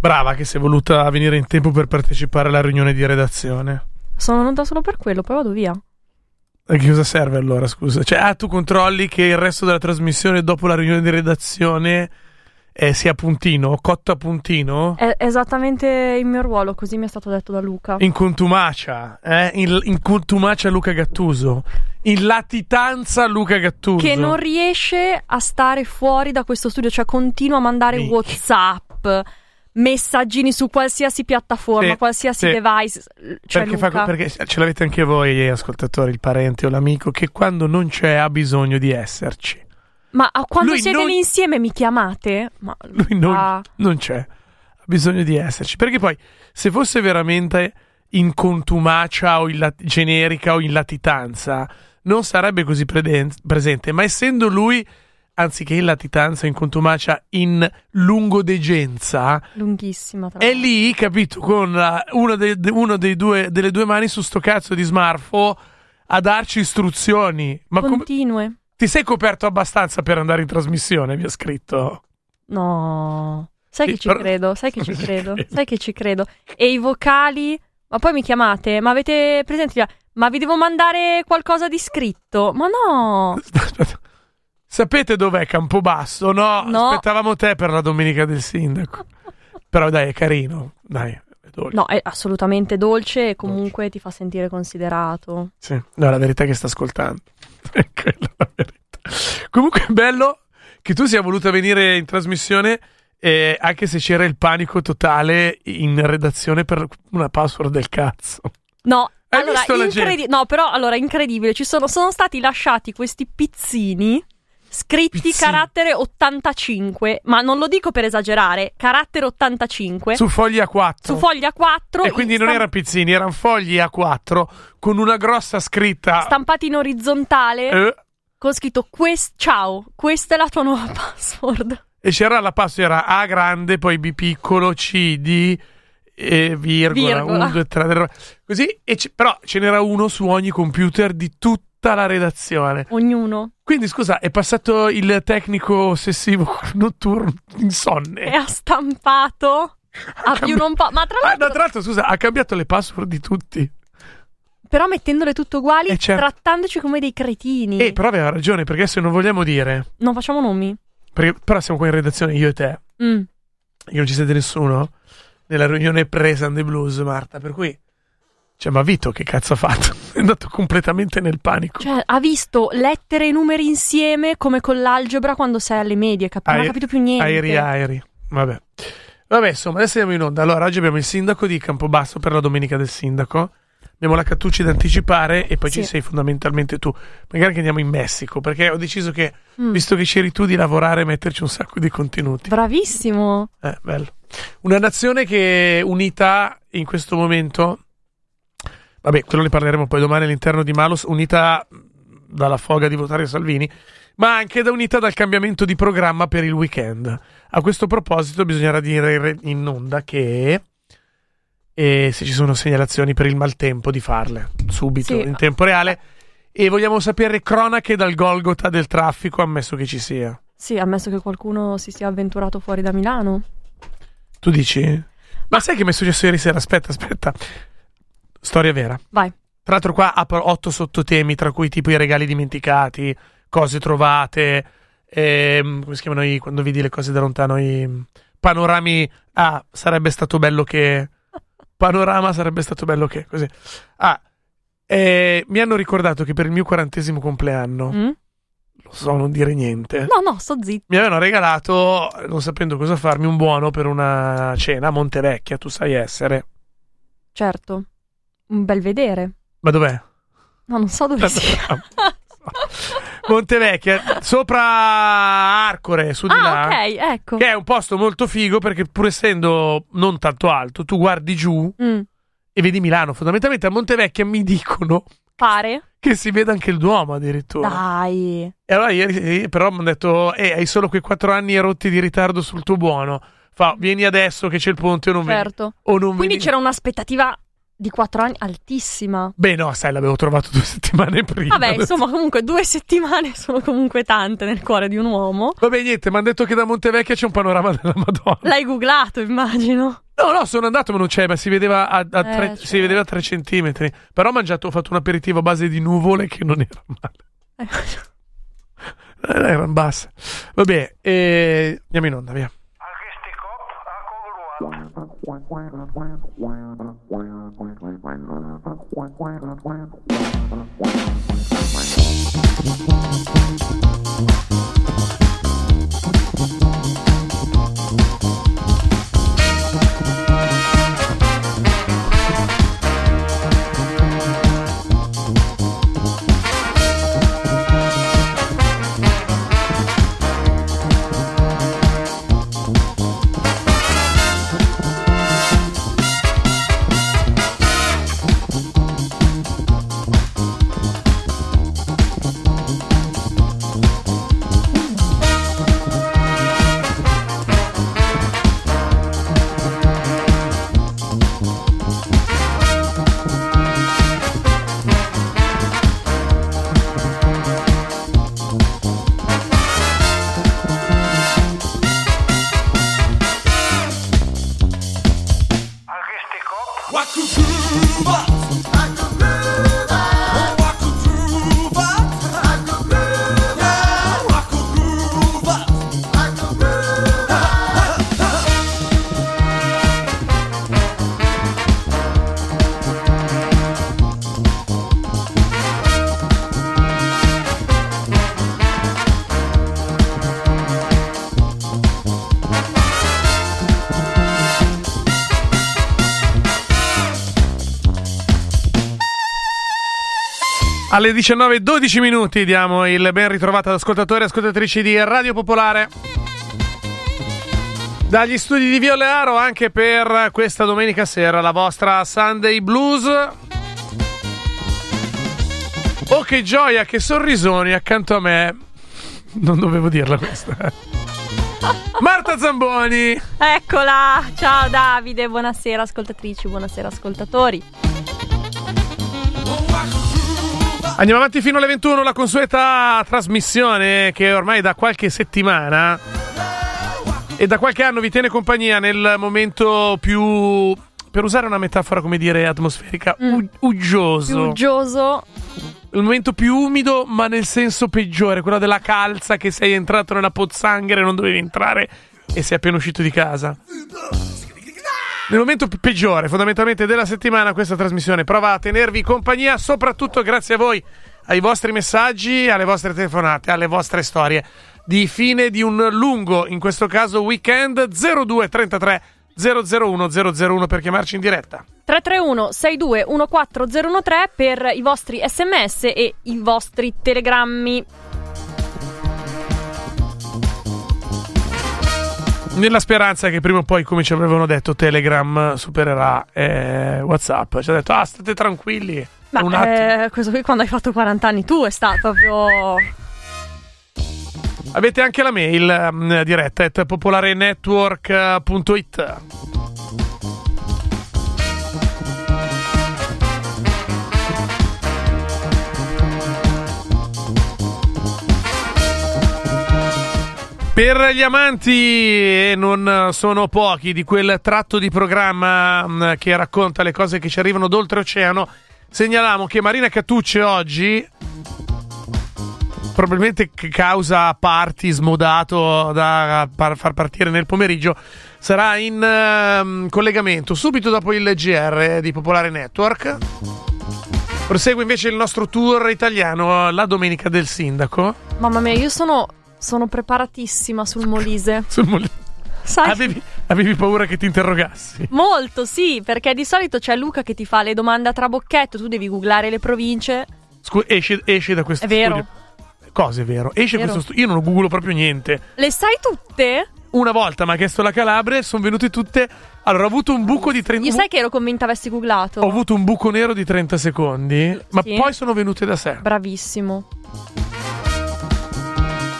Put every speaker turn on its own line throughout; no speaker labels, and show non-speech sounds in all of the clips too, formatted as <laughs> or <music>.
Brava che si è voluta venire in tempo per partecipare alla riunione di redazione.
Sono venuta solo per quello, poi vado via.
A che cosa serve allora, scusa? Cioè, ah, tu controlli che il resto della trasmissione dopo la riunione di redazione eh, sia a puntino, cotto a puntino?
È esattamente il mio ruolo, così mi è stato detto da Luca.
In contumacia, eh? In, in contumacia Luca Gattuso. In latitanza Luca Gattuso.
Che non riesce a stare fuori da questo studio, cioè continua a mandare
Minchia.
WhatsApp, messaggini su qualsiasi piattaforma,
Sì,
qualsiasi
sì.
device. Cioè,
perché,
Luca,
fa- perché ce l'avete anche voi, ascoltatori, il parente o l'amico, che quando non c'è ha bisogno di esserci.
Ma a quando
lui
siete
non-
lì insieme mi chiamate? Ma
Lui non,
Ah.
non c'è, ha bisogno di esserci. Perché poi, se fosse veramente in contumacia o in lat- generica o in latitanza, non sarebbe così preden- presente. Ma essendo lui, anziché in latitanza, in contumacia, in lungodegenza,
lunghissima. Tra
è lì, capito, con la- uno, dei- de- uno dei due, delle due mani su sto cazzo di smartphone a darci istruzioni. Ma come-
Continue.
ti sei coperto abbastanza per andare in trasmissione? Mi ha scritto.
No. Sai
Sì,
che ci
però-
credo, sai
<laughs>
che ci credo, sai che ci credo. E i vocali? Ma poi mi chiamate, ma avete presente? Ma vi devo mandare qualcosa di scritto? Ma no!
Aspetta. <laughs> Sapete dov'è Campobasso? No,
No.
aspettavamo te per la domenica del sindaco. Però dai, è carino. Dai, è dolce.
No, è assolutamente dolce e comunque ti fa sentire considerato.
Sì. No, la verità è che sta ascoltando. <laughs> È quella la verità. Comunque è bello che tu sia voluta venire in trasmissione eh, anche se c'era il panico totale in redazione per una password del cazzo.
No,
Hai
allora,
visto la gente?
no, però allora incredibile, ci sono, sono stati lasciati questi pizzini scritti
Pizzini.
carattere 85, ma non lo dico per esagerare, carattere 85 Eh. su,
Su fogli A4.
foglia 4
e quindi non
era
erano pizzini, erano fogli A4 con una grossa scritta.
stampati in orizzontale
Ah. eh,
con scritto "Quest- ciao, questa è la tua nuova <laughs> password.
E c'era la passo, era A grande, poi B piccolo, C, D, e virgola,
Virgola.
1, 2, 3, così. E c- però ce n'era uno su ogni computer di tutta la redazione.
Ognuno
Quindi scusa, è passato il tecnico ossessivo <laughs> notturno
e
insonne.
ha stampato a più non po', ma Eh, tra
Ah, no,
l'altro
tra l'altro, scusa, ha cambiato le password di tutti.
però mettendole tutte uguali,
Eh, certo. Eh.
trattandoci come dei cretini.
E però aveva ragione, perché adesso non vogliamo dire.
Non facciamo nomi.
perché- però siamo qua in redazione, io e te.
Mm.
che non ci siete nessuno nella riunione pre-Sun the Blues, Marta. Per cui, cioè, ma Vito che cazzo ha fatto? <laughs> È andato completamente nel panico.
Cioè, ha visto lettere e numeri insieme come con l'algebra quando sei alle medie, cap- non
Ai-
ha capito più niente.
Aeri, aeri. Vabbè. Vabbè, insomma, adesso andiamo in onda. Allora, oggi abbiamo il sindaco di Campobasso per la domenica del sindaco. Abbiamo la Cattucci da anticipare e poi
Sì.
ci sei fondamentalmente tu. Magari che andiamo in Messico, perché ho deciso che,
Mm.
visto che c'eri tu, di lavorare e metterci un sacco di contenuti.
Bravissimo.
Eh, bello. Una nazione che è unita in questo momento, vabbè, quello ne parleremo poi domani all'interno di Malus, unita dalla foga di votare Salvini, ma anche da unita dal cambiamento di programma per il weekend. A questo proposito bisognerà dire in onda che eh, se ci sono segnalazioni per il maltempo di farle subito,
Sì.
in tempo reale. E vogliamo sapere cronache dal Golgota del traffico, ammesso che ci sia.
Sì, ammesso che qualcuno si sia avventurato fuori da Milano.
Tu dici? Ma sai che mi è successo ieri sera? Aspetta, aspetta. Storia vera.
Vai.
Tra l'altro qua apro otto sottotemi, tra cui tipo i regali dimenticati, cose trovate, ehm, come si chiamano i, quando vedi le cose da lontano, i mm, panorami... Ah, sarebbe stato bello che... Panorama sarebbe stato bello che... Così. Ah, eh, mi hanno ricordato che per il mio quarantesimo compleanno,
Mm?
lo so, non dire niente
No, no, sto zitto.
mi avevano regalato, non sapendo cosa farmi, un buono per una cena a Montevecchia, tu sai essere.
Certo. Un bel vedere.
Ma dov'è?
No, non so dove sia. <laughs>
Montevecchia, sopra Arcore, su Boh, di là.
Ah, ok, ecco.
Che è un posto molto figo perché pur essendo non tanto alto, tu guardi giù
Mm,
e vedi Milano. Fondamentalmente a Montevecchia mi dicono
pare.
che si vede anche il Duomo addirittura.
Ah. Dai.
E allora ieri sì, però mi hanno detto, eh, hai solo quei quattro anni e rotti di ritardo sul tuo buono. Fa, vieni adesso che c'è il ponte o non vedi.
Certo.
O non
Quindi
vedi.
c'era un'aspettativa di quattro anni altissima.
Beh, no, sai, l'avevo trovato due <laughs> settimane prima.
Vabbè, insomma, comunque due settimane <laughs> sono comunque tante nel cuore di un uomo.
Vabbè, niente, mi hanno detto che da Montevecchia c'è un panorama della Madonna.
L'hai googlato, immagino. <laughs>
No, no, sono andato, ma non c'è, ma si vedeva a, a
Eh,
tre,
cioè.
si vedeva a tre centimetri. Però ho mangiato, ho fatto un aperitivo a base di nuvole che non era male.
Eh,
Eh, Erano basse. Vabbè, eh, andiamo in onda, via.
Agiste Cop a Cogruat. Agiste Cop.
Alle 19.12 minuti diamo il ben ritrovato ad ascoltatori e ascoltatrici di Radio Popolare. Dagli studi di Violearo anche per questa domenica sera la vostra Sunday Blues. Oh che gioia, che sorrisoni accanto a me. Non dovevo dirla questa. Marta Zamboni.
Eccola! Ciao Davide, buonasera ascoltatrici, buonasera ascoltatori.
Andiamo avanti fino alle 21, la consueta trasmissione che ormai da qualche settimana e da qualche anno vi tiene compagnia nel momento più, per usare una metafora come dire atmosferica,
Mm.
u- uggioso.
Più uggioso,
Il momento più umido ma nel senso peggiore, quello della calza che sei entrato nella pozzanghera e non dovevi entrare e sei appena uscito di casa. Nel momento p- peggiore, fondamentalmente, della settimana, questa trasmissione prova a tenervi compagnia, soprattutto grazie a voi, ai vostri messaggi, alle vostre telefonate, alle vostre storie di fine di un lungo, in questo caso weekend 0233 001 001 per chiamarci in diretta.
331 62 14013 per i vostri sms e i vostri telegrammi.
Nella speranza che prima o poi, come ci avevano detto, Telegram supererà eh, WhatsApp. Ci ha detto, ah, state tranquilli.
Ma
è un attimo.
eh, questo qui quando hai fatto 40 anni tu è stato proprio...
Avete anche la mail mh, diretta at popolarenetwork.it. Per gli amanti, e non sono pochi, di quel tratto di programma mh, che racconta le cose che ci arrivano d'oltreoceano, segnaliamo che Marina Cattucce oggi, probabilmente c- causa party smodato da par- far partire nel pomeriggio, sarà in ehm, collegamento subito dopo il GR di Popolare Network. Prosegue invece il nostro tour italiano la domenica del sindaco.
Mamma mia, io sono, sono preparatissima sul Molise.
Sul Mol-
Sai?
Avevi, avevi paura che ti interrogassi.
Molto, sì, perché di solito c'è Luca che ti fa le domande a trabocchetto, tu devi googlare le province.
Scu- esci, esci da questo
È vero.
studio. Cosa è vero? Esce
Vero.
questo studio. Io non googlo proprio niente.
Le sai tutte?
Una volta mi ha chiesto la Calabria e sono venute tutte. Allora, ho avuto un buco di 30
Io sai che ero convinta avessi googlato.
Ho avuto un buco nero di 30 secondi, ma
Sì.
poi sono venute da sé.
Bravissimo.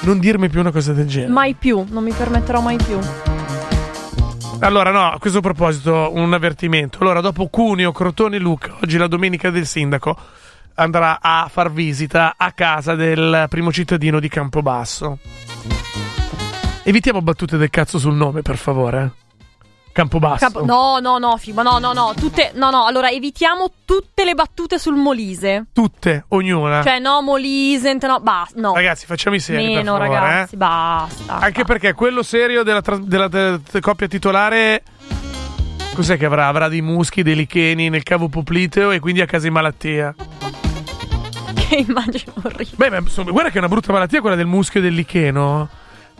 Non dirmi più una cosa del genere. Ah,
Mai più, non mi permetterò mai più.
Allora, no, a questo proposito, un avvertimento. Allora, dopo Cuneo, Crotone e Lucca, oggi la domenica del sindaco andrà a far visita a casa del primo cittadino di Campobasso. Evitiamo battute del cazzo sul nome, per favore. Campobasso.
Capo- no, no, no, Fimo, no, no, no, tutte, no, no, allora evitiamo tutte le battute sul Molise.
Tutte, ognuna.
Cioè, no, Molise, ent- no, basta, no.
Ah. Ragazzi, facciamo i seri, per
Meno,
favore,
ragazzi,
eh.
basta.
Anche
basta.
perché quello serio della, tras- della- della- della coppia titolare. Cos'è che avrà? Avrà dei muschi, dei licheni nel cavo popliteo e quindi a casa in malattia.
<laughs> Che immagine orribile.
Beh, ma insomma, guarda che è una brutta malattia quella del muschio e del licheno.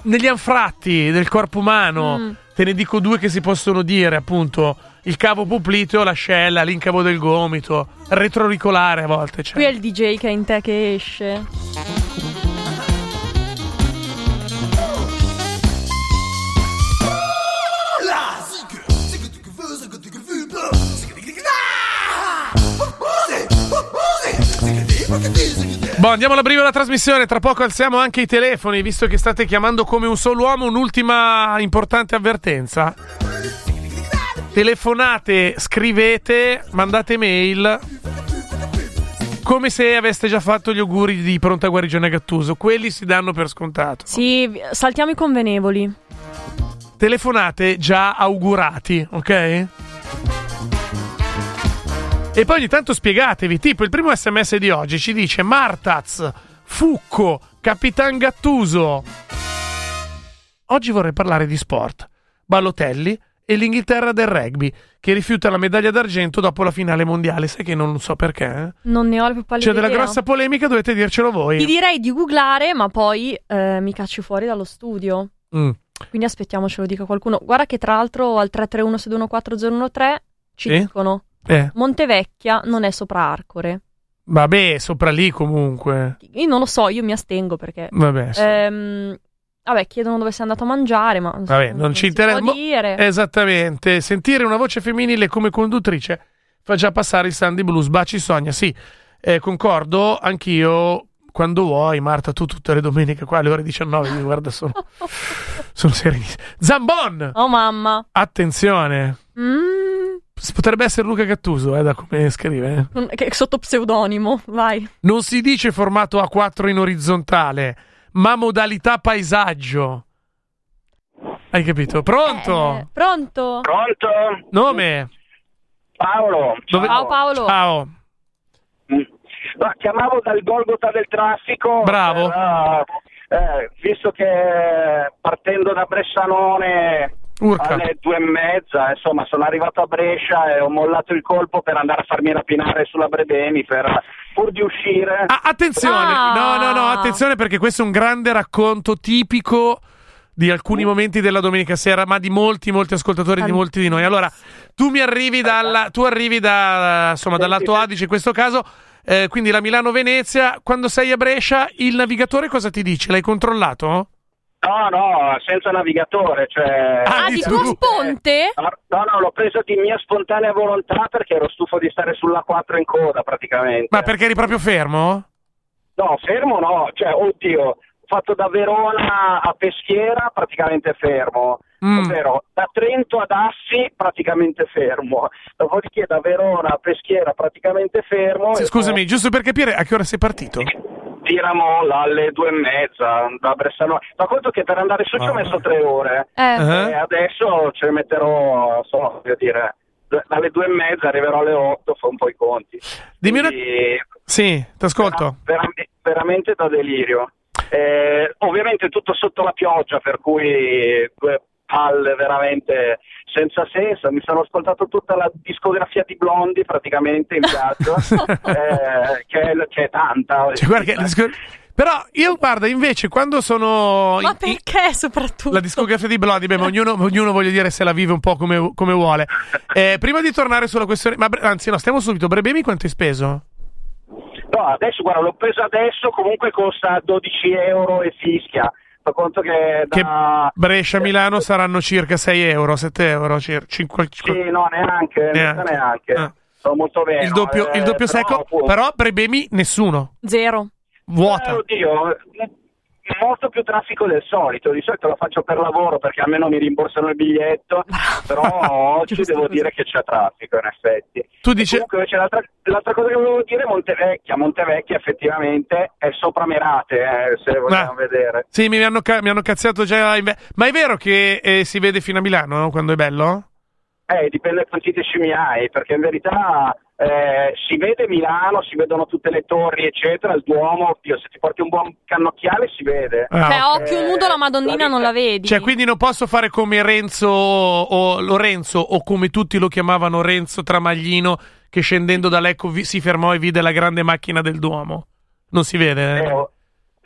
Negli anfratti del corpo umano,
Mm.
te ne dico due che si possono dire, appunto. Il cavo popliteo, l'ascella, l'incavo del gomito, retroauricolare a volte. Cioè.
Qui è il DJ che è in te che esce.
Boh, andiamo all'abrivo della trasmissione. Tra poco alziamo anche i telefoni, visto che state chiamando come un solo uomo. Un'ultima importante avvertenza. Telefonate, scrivete, mandate mail. Come se aveste già fatto gli auguri di pronta guarigione a Gattuso. Quelli si danno per scontato.
Sì, vi- saltiamo i convenevoli.
Telefonate già augurati, ok? E poi ogni tanto spiegatevi, tipo il primo sms di oggi ci dice Martaz, Fucco, Capitan Gattuso. Oggi vorrei parlare di sport, Ballotelli e l'Inghilterra del rugby, che rifiuta la medaglia d'argento dopo la finale mondiale. Sai che non so perché. eh?
Non ne ho la più pallida
C'è della
idea.
grossa polemica, dovete dircelo
Ti
voi.
direi di googlare, ma poi eh, mi cacci fuori dallo studio.
Mm.
Quindi aspettiamo ce lo dica qualcuno. Guarda che tra l'altro al 331-714-013 ci
Sì?
dicono
Eh,
Montevecchia non è sopra Arcore.
vabbè, sopra lì comunque.
Io non lo so, io mi astengo perché...
Vabbè, Eh, sì.
Ehm, vabbè, chiedono dove sei andato a mangiare, ma...
Vabbè, non ci
si può
interessa- mo- Eh,
dire.
Esattamente, sentire una voce femminile come conduttrice fa già passare il Sandy Blues, baci Sonia, sì, eh, concordo, anch'io, quando vuoi Marta, tu tutte le domeniche qua alle ore 19, mi guarda sono, sono serenissimo. Zambon,
Oh mamma.
attenzione,
Mm,
S- potrebbe essere Luca Gattuso, eh, da come scrive. eh.
che- sotto pseudonimo, vai.
Non si dice formato A4 in orizzontale, ma modalità paesaggio. Hai capito?
Eh,
Pronto?
pronto?
Pronto?
Nome?
Paolo.
Dove-
Ciao Paolo.
Ciao.
Mm. No, chiamavo dal Golgota del traffico.
Bravo.
però, eh, visto che partendo da Bressanone
Urca.
alle due e mezza, insomma, sono arrivato a Brescia e ho mollato il colpo per andare a farmi rapinare sulla Brebemi per, pur di uscire.
Ah, attenzione,
Ah.
no, no, no, attenzione perché questo è un grande racconto tipico di alcuni momenti della domenica sera, ma di molti, molti ascoltatori, di molti di noi. Allora, tu mi arrivi dalla, tu arrivi da, insomma, dal lato Adige in questo caso, eh, quindi la Milano-Venezia. Quando sei a Brescia, il navigatore cosa ti dice? L'hai controllato?
No, no, senza navigatore. Cioè...
Ah,
Ah, di
dici
tuo
tu.
sponte?
No, Ah, no, no, l'ho preso di mia spontanea volontà perché ero stufo di stare sulla 4 in coda praticamente.
Ma perché eri proprio fermo?
No, fermo no, cioè, oddio, ho fatto da Verona a Peschiera praticamente fermo,
Mm.
ovvero da Trento ad Assi praticamente fermo, dopodiché da Verona a Peschiera praticamente fermo.
Sì,
e
Scusami, giusto per capire a che ora sei partito?
poi Tiramo là alle due e mezza da Bressanone, ma conto che per andare su ci ho
Mamma.
messo tre ore
Eh,
Eh?
e adesso ce ne metterò, non so, voglio dire, d- dalle due e mezza arriverò alle otto, fa un po' i conti.
Dimmi una...
Quindi-
Sì, ti ascolto.
Vera- vera- veramente da delirio. Eh, ovviamente tutto sotto la pioggia, per cui due palle veramente senza senso. Mi sono ascoltato tutta la discografia di Blondi praticamente in viaggio,
<laughs>
<laughs> eh, che, è, che è tanta.
Cioè, guarda che- Però io guarda invece quando sono
ma
in- in-
perché soprattutto?
la discografia di Bloody, beh, ma ognuno, ognuno voglio dire se la vive un po' come, come vuole. Eh, prima di tornare sulla questione, ma bre- anzi no, stiamo subito. Brebemi quanto hai speso?
No, adesso guarda, l'ho preso adesso, comunque costa 12 euro e fischia. Fa conto che
Che
da...
Brescia-Milano saranno circa 6 euro, 7 euro, cir- cinque- cinque-
Sì, no, neanche, neanche.
Neanche. Ah.
Sono molto bene. eh,
il doppio, il doppio secco. Però Brebemi nessuno,
Zero.
vuota.
Eh, oddio, molto più traffico del solito. Di solito lo faccio per lavoro perché almeno mi rimborsano il
<laughs>
biglietto, però oggi
Giusto
devo
così.
dire che c'è traffico in effetti.
Tu dici,
Comunque invece l'altra, l'altra cosa che volevo dire è Montevecchia. Montevecchia effettivamente è sopra Merate, eh, se vogliamo
Ah.
vedere.
sì, mi hanno, ca- mi hanno cazziato già. in ve- Ma è vero che eh, si vede fino a Milano quando è bello?
Eh, dipende quanti scimmie hai, perché in verità eh, si vede Milano, si vedono tutte le torri, eccetera, il Duomo, oddio, se ti porti un buon cannocchiale si vede.
Ah,
cioè,
ok.
occhio nudo la Madonnina
La
non la vedi.
Cioè, quindi non posso fare come Renzo o Lorenzo, o come tutti lo chiamavano Renzo Tramaglino, che scendendo da Lecco vi- si fermò e vide la grande macchina del Duomo. Non si vede?
Eh,
eh?
oh,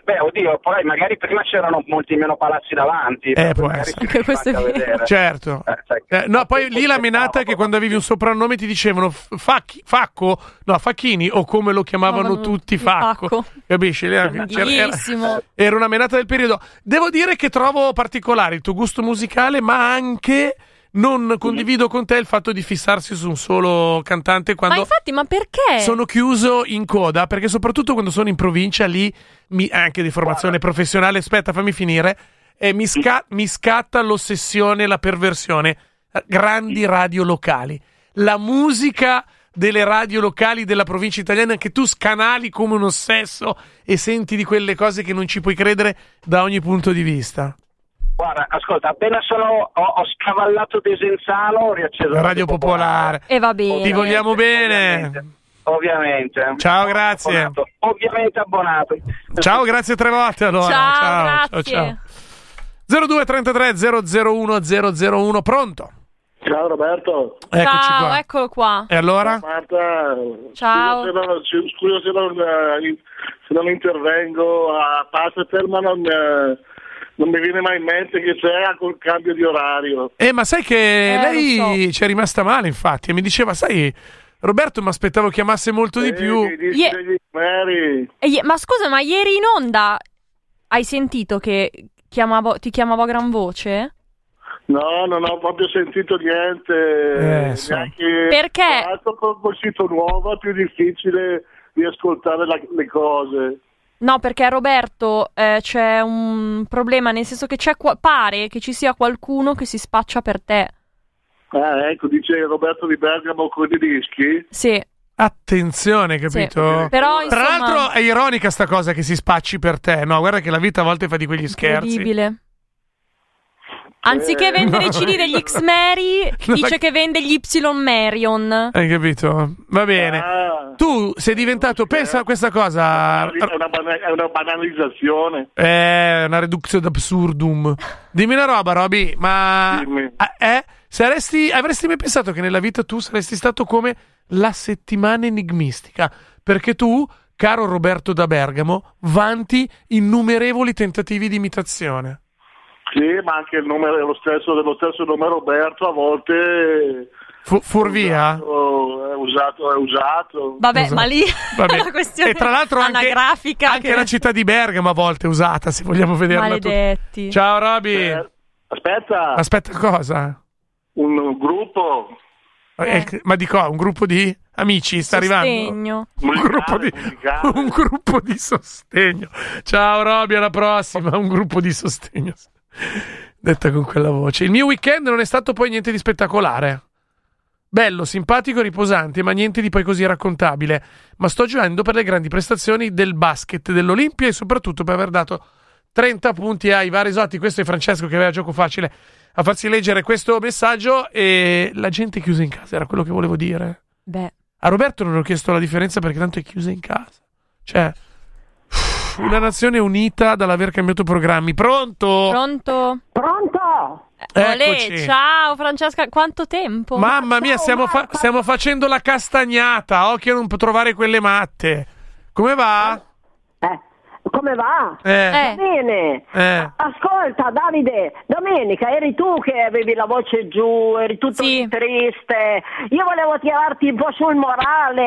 beh, oddio, poi magari prima c'erano molti meno palazzi davanti.
Eh, può
magari
essere.
si
Anche
riesce
questo è
anche a
vero.
vedere.
Certo.
Eh, sai che-
Eh, no, poi lì la menata è che quando avevi un soprannome ti dicevano F- Facchi- Facco, no, Facchini, o come lo chiamavano tutti, Facco. Capisci? Lì era- c'era- era-
Bellissimo.
Era una menata del periodo. Devo dire che trovo particolare il tuo gusto musicale, ma anche non condivido con te il fatto di fissarsi su un solo cantante
Ma
<laughs> quando
infatti, ma perché?
sono chiuso in coda, perché soprattutto quando sono in provincia lì, mi- eh, anche di formazione professionale, aspetta, fammi finire, eh, mi, sca- mi scatta l'ossessione, la perversione. Eh, Grandi radio locali. La musica delle radio locali della provincia italiana che tu scanali come un ossesso e senti di quelle cose che non ci puoi credere da ogni punto di vista.
Guarda, ascolta, appena sono, ho, ho scavallato Desenzano, ho riacceso
Radio Popolare.
E va bene.
Ti vogliamo bene.
Ovviamente. Ovviamente.
Ciao, grazie.
Abbonato. Ovviamente abbonato.
Ciao, grazie tre volte allora.
Ciao,
ciao,
grazie.
ciao, ciao. 0233 001 001, pronto?
Ciao Roberto,
Eccoci
Ciao, ecco.
qua.
eccolo qua.
E allora?
Marta,
Ciao.
scusa se non, ci- scusa se non, eh, in- se non intervengo a parte per ma non, eh, non mi viene mai in mente che c'è anche un cambio di orario.
Eh, ma sai che
Eh, lo
lei ci è rimasta male, infatti, e mi diceva, sai, Roberto, mi aspettavo chiamasse molto di
Eh,
più.
mi dici
Ie-
degli numeri.
Eh.
E ie- Eh, ma scusa, ma ieri in onda hai sentito che chiamavo- ti chiamavo a gran voce?
No, non ho proprio sentito niente.
Eh, so.
neanche-
Perché?
Tra l'altro con col sito nuovo è più difficile di ascoltare la- le cose.
No, perché Roberto eh, c'è un problema, nel senso che c'è qua- pare che ci sia qualcuno che si spaccia per te.
Ah, ecco, dice Roberto di Bergamo con i dischi.
Sì,
Attenzione,
sì.
capito?
Però
Tra
insomma,
l'altro è ironica sta cosa che si spacci per te, no? Guarda che la vita a volte fa di quegli scherzi.
incredibile. Anziché
Eh,
vendere
<laughs>
i
no.
CD
<laughs>
degli X-Mary,
No,
dice
ma-
che vende gli Y-Marion.
Hai capito? Va bene.
Ah.
Tu sei diventato, pensa a questa cosa,
È una, bana- è una banalizzazione.
è Eh, una reduzione d'absurdum. Dimmi una roba, Roby, ma
Dimmi.
Ah, eh? Saresti- avresti mai pensato che nella vita tu saresti stato come la settimana enigmistica? Perché tu, caro Roberto da Bergamo, vanti innumerevoli tentativi di imitazione.
Sì, ma anche il nome è lo stesso, dello stesso nome Roberto a volte
Fu-
Esatto.
furvia?
è usato, è usato. È usato.
Vabbè,
Esatto.
ma lì
Vabbè.
è <laughs> una questione
e tra l'altro anche,
anagrafica.
anche
che-
la città di Bergamo a volte è usata, se vogliamo vederla tutta.
<laughs> Maledetti.
Ciao Roby.
Eh, aspetta,
Aspetta cosa?
un gruppo
Eh, il- Ma di qua, un gruppo di amici sta arrivando.
Sostegno.
Un
musicale,
gruppo, di,
musicale.
<laughs> un gruppo di sostegno. Ciao Roby, alla prossima. Un gruppo di sostegno. Detta con quella voce. Il mio weekend non è stato poi niente di spettacolare. Bello, simpatico, riposante, ma niente di poi così raccontabile. Ma sto giocando per le grandi prestazioni del basket dell'Olimpia e soprattutto per aver dato 30 punti ai Varisotti. Questo è Francesco che aveva gioco facile a farsi leggere questo messaggio e la gente è chiusa in casa, era quello che volevo dire.
Beh,
A Roberto non ho chiesto la differenza perché tanto è chiusa in casa. Cioè, una nazione unita dall'aver cambiato programmi. Pronto?
pronto?
Pronto?
Oh. Eccoci.
Olè, ciao Francesca, quanto tempo?
Mamma mia,
Ciao,
stiamo, fa-
Marta.
stiamo facendo la castagnata. Occhio a non p- trovare quelle matte. Come va?
Eh, come va?
Eh.
Eh.
Bene.
Eh.
Ascolta Davide, domenica eri tu che avevi la voce giù, eri tutto
Sì.
triste. Io volevo tirarti un po' sul morale.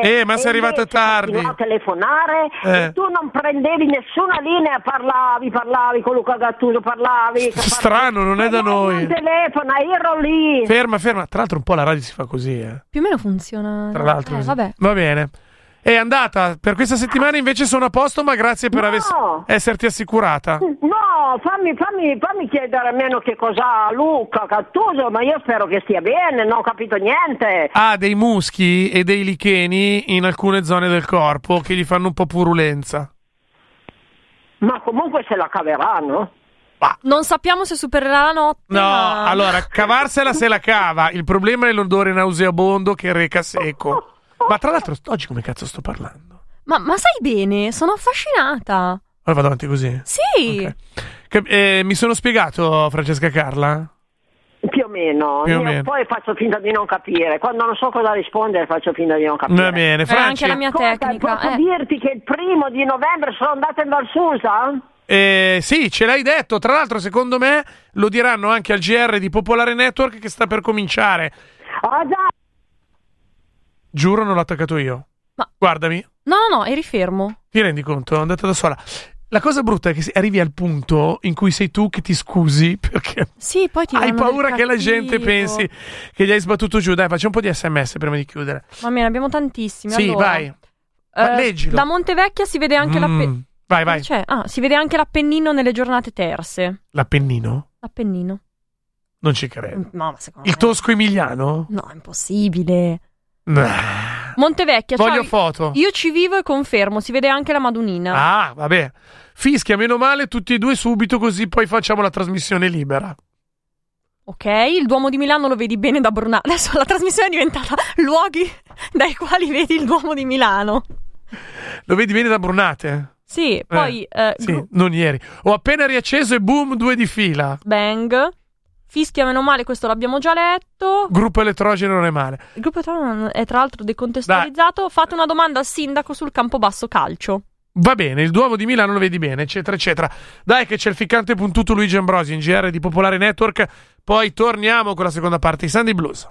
Eh, ma sei
E invece
arrivata tardi.
continuavo a telefonare
Eh.
e tu non prendevi nessuna linea, parlavi, parlavi con Luca Gattuso, parlavi.
S- strano, non è da noi.
Non telefona, ero lì.
Ferma, ferma. Tra l'altro, un po' la radio si fa così. eh.
Più o meno funziona.
Tra l'altro,
Eh,
così.
vabbè.
va bene. è andata. Per questa settimana invece sono a posto, ma grazie per
No.
avers- esserti assicurata.
No, fammi, fammi, fammi chiedere almeno che cos'ha Luca Cattuso, ma io spero che stia bene, non ho capito niente.
Ha dei muschi e dei licheni in alcune zone del corpo che gli fanno un po' purulenza.
Ma comunque se la caveranno.
Non sappiamo se supererà la notte.
No,
ma-
allora, cavarsela se la cava. Il problema è l'odore nauseabondo che reca secco. Ma tra l'altro, oggi come cazzo sto parlando?
Ma, ma sai bene, sono affascinata.
Ora vado avanti così.
Sì.
Ok. Cap- eh, mi sono spiegato, Francesca Carla?
Più o meno,
Più o
io
meno.
poi faccio finta di non capire. Quando non so cosa rispondere faccio finta di non capire.
Va bene,
Era Eh, anche
Franci.
la mia
Ascolta,
tecnica.
posso
eh.
dirti che il primo di novembre sono andata in Valsusa?
Eh, sì, ce l'hai detto. Tra l'altro, secondo me lo diranno anche al GR di Popolare Network che sta per cominciare.
Ah già,
Giuro, non l'ho attaccato io.
Ma-
Guardami,
No, no, no, eri fermo.
ti rendi conto? È andata da sola. La cosa brutta è che se- arrivi al punto in cui sei tu che ti scusi <laughs> perché
Sì, poi ti
hai
danno del
paura che la gente
cattivo.
pensi che gli hai sbattuto giù. Dai, facciamo un po' di sms prima di chiudere.
Mamma mia, ne abbiamo tantissimi.
Sì,
allora.
vai. Ma
Eh,
leggilo.
Da Montevecchia si vede anche
Mm,
l'appe-
Vai, vai.
Cioè, ah, si vede anche l'appennino nelle giornate terse.
L'Appennino?
L'appennino. Mm,
Non ci credo.
No, ma secondo
Eh. Il
me.
Tosco Emiliano?
No, è impossibile.
Nah.
Montevecchia,
Voglio
ciao,
foto.
Io ci vivo e confermo, si vede anche la Madunina.
Ah, vabbè. Fischia, meno male, tutti e due subito, così poi facciamo la trasmissione libera.
Ok, il Duomo di Milano lo vedi bene da Brunate. Adesso la trasmissione è diventata <laughs> luoghi dai quali vedi il Duomo di Milano.
Lo vedi bene da Brunate?
Sì, poi eh,
Sì,
Gru-
non ieri. Ho appena riacceso e boom, due di fila.
Bang. Fischia, meno male, questo l'abbiamo già letto.
Gruppo elettrogeno non è male.
Il gruppo Elettronico è tra l'altro decontestualizzato. Fate una domanda al sindaco sul Campobasso Calcio.
Va bene, il Duomo di Milano lo vedi bene, eccetera, eccetera. Dai che c'è il ficcante puntuto Luigi Ambrosi in GR di Popolare Network. Poi torniamo con la seconda parte di Sandy Blues.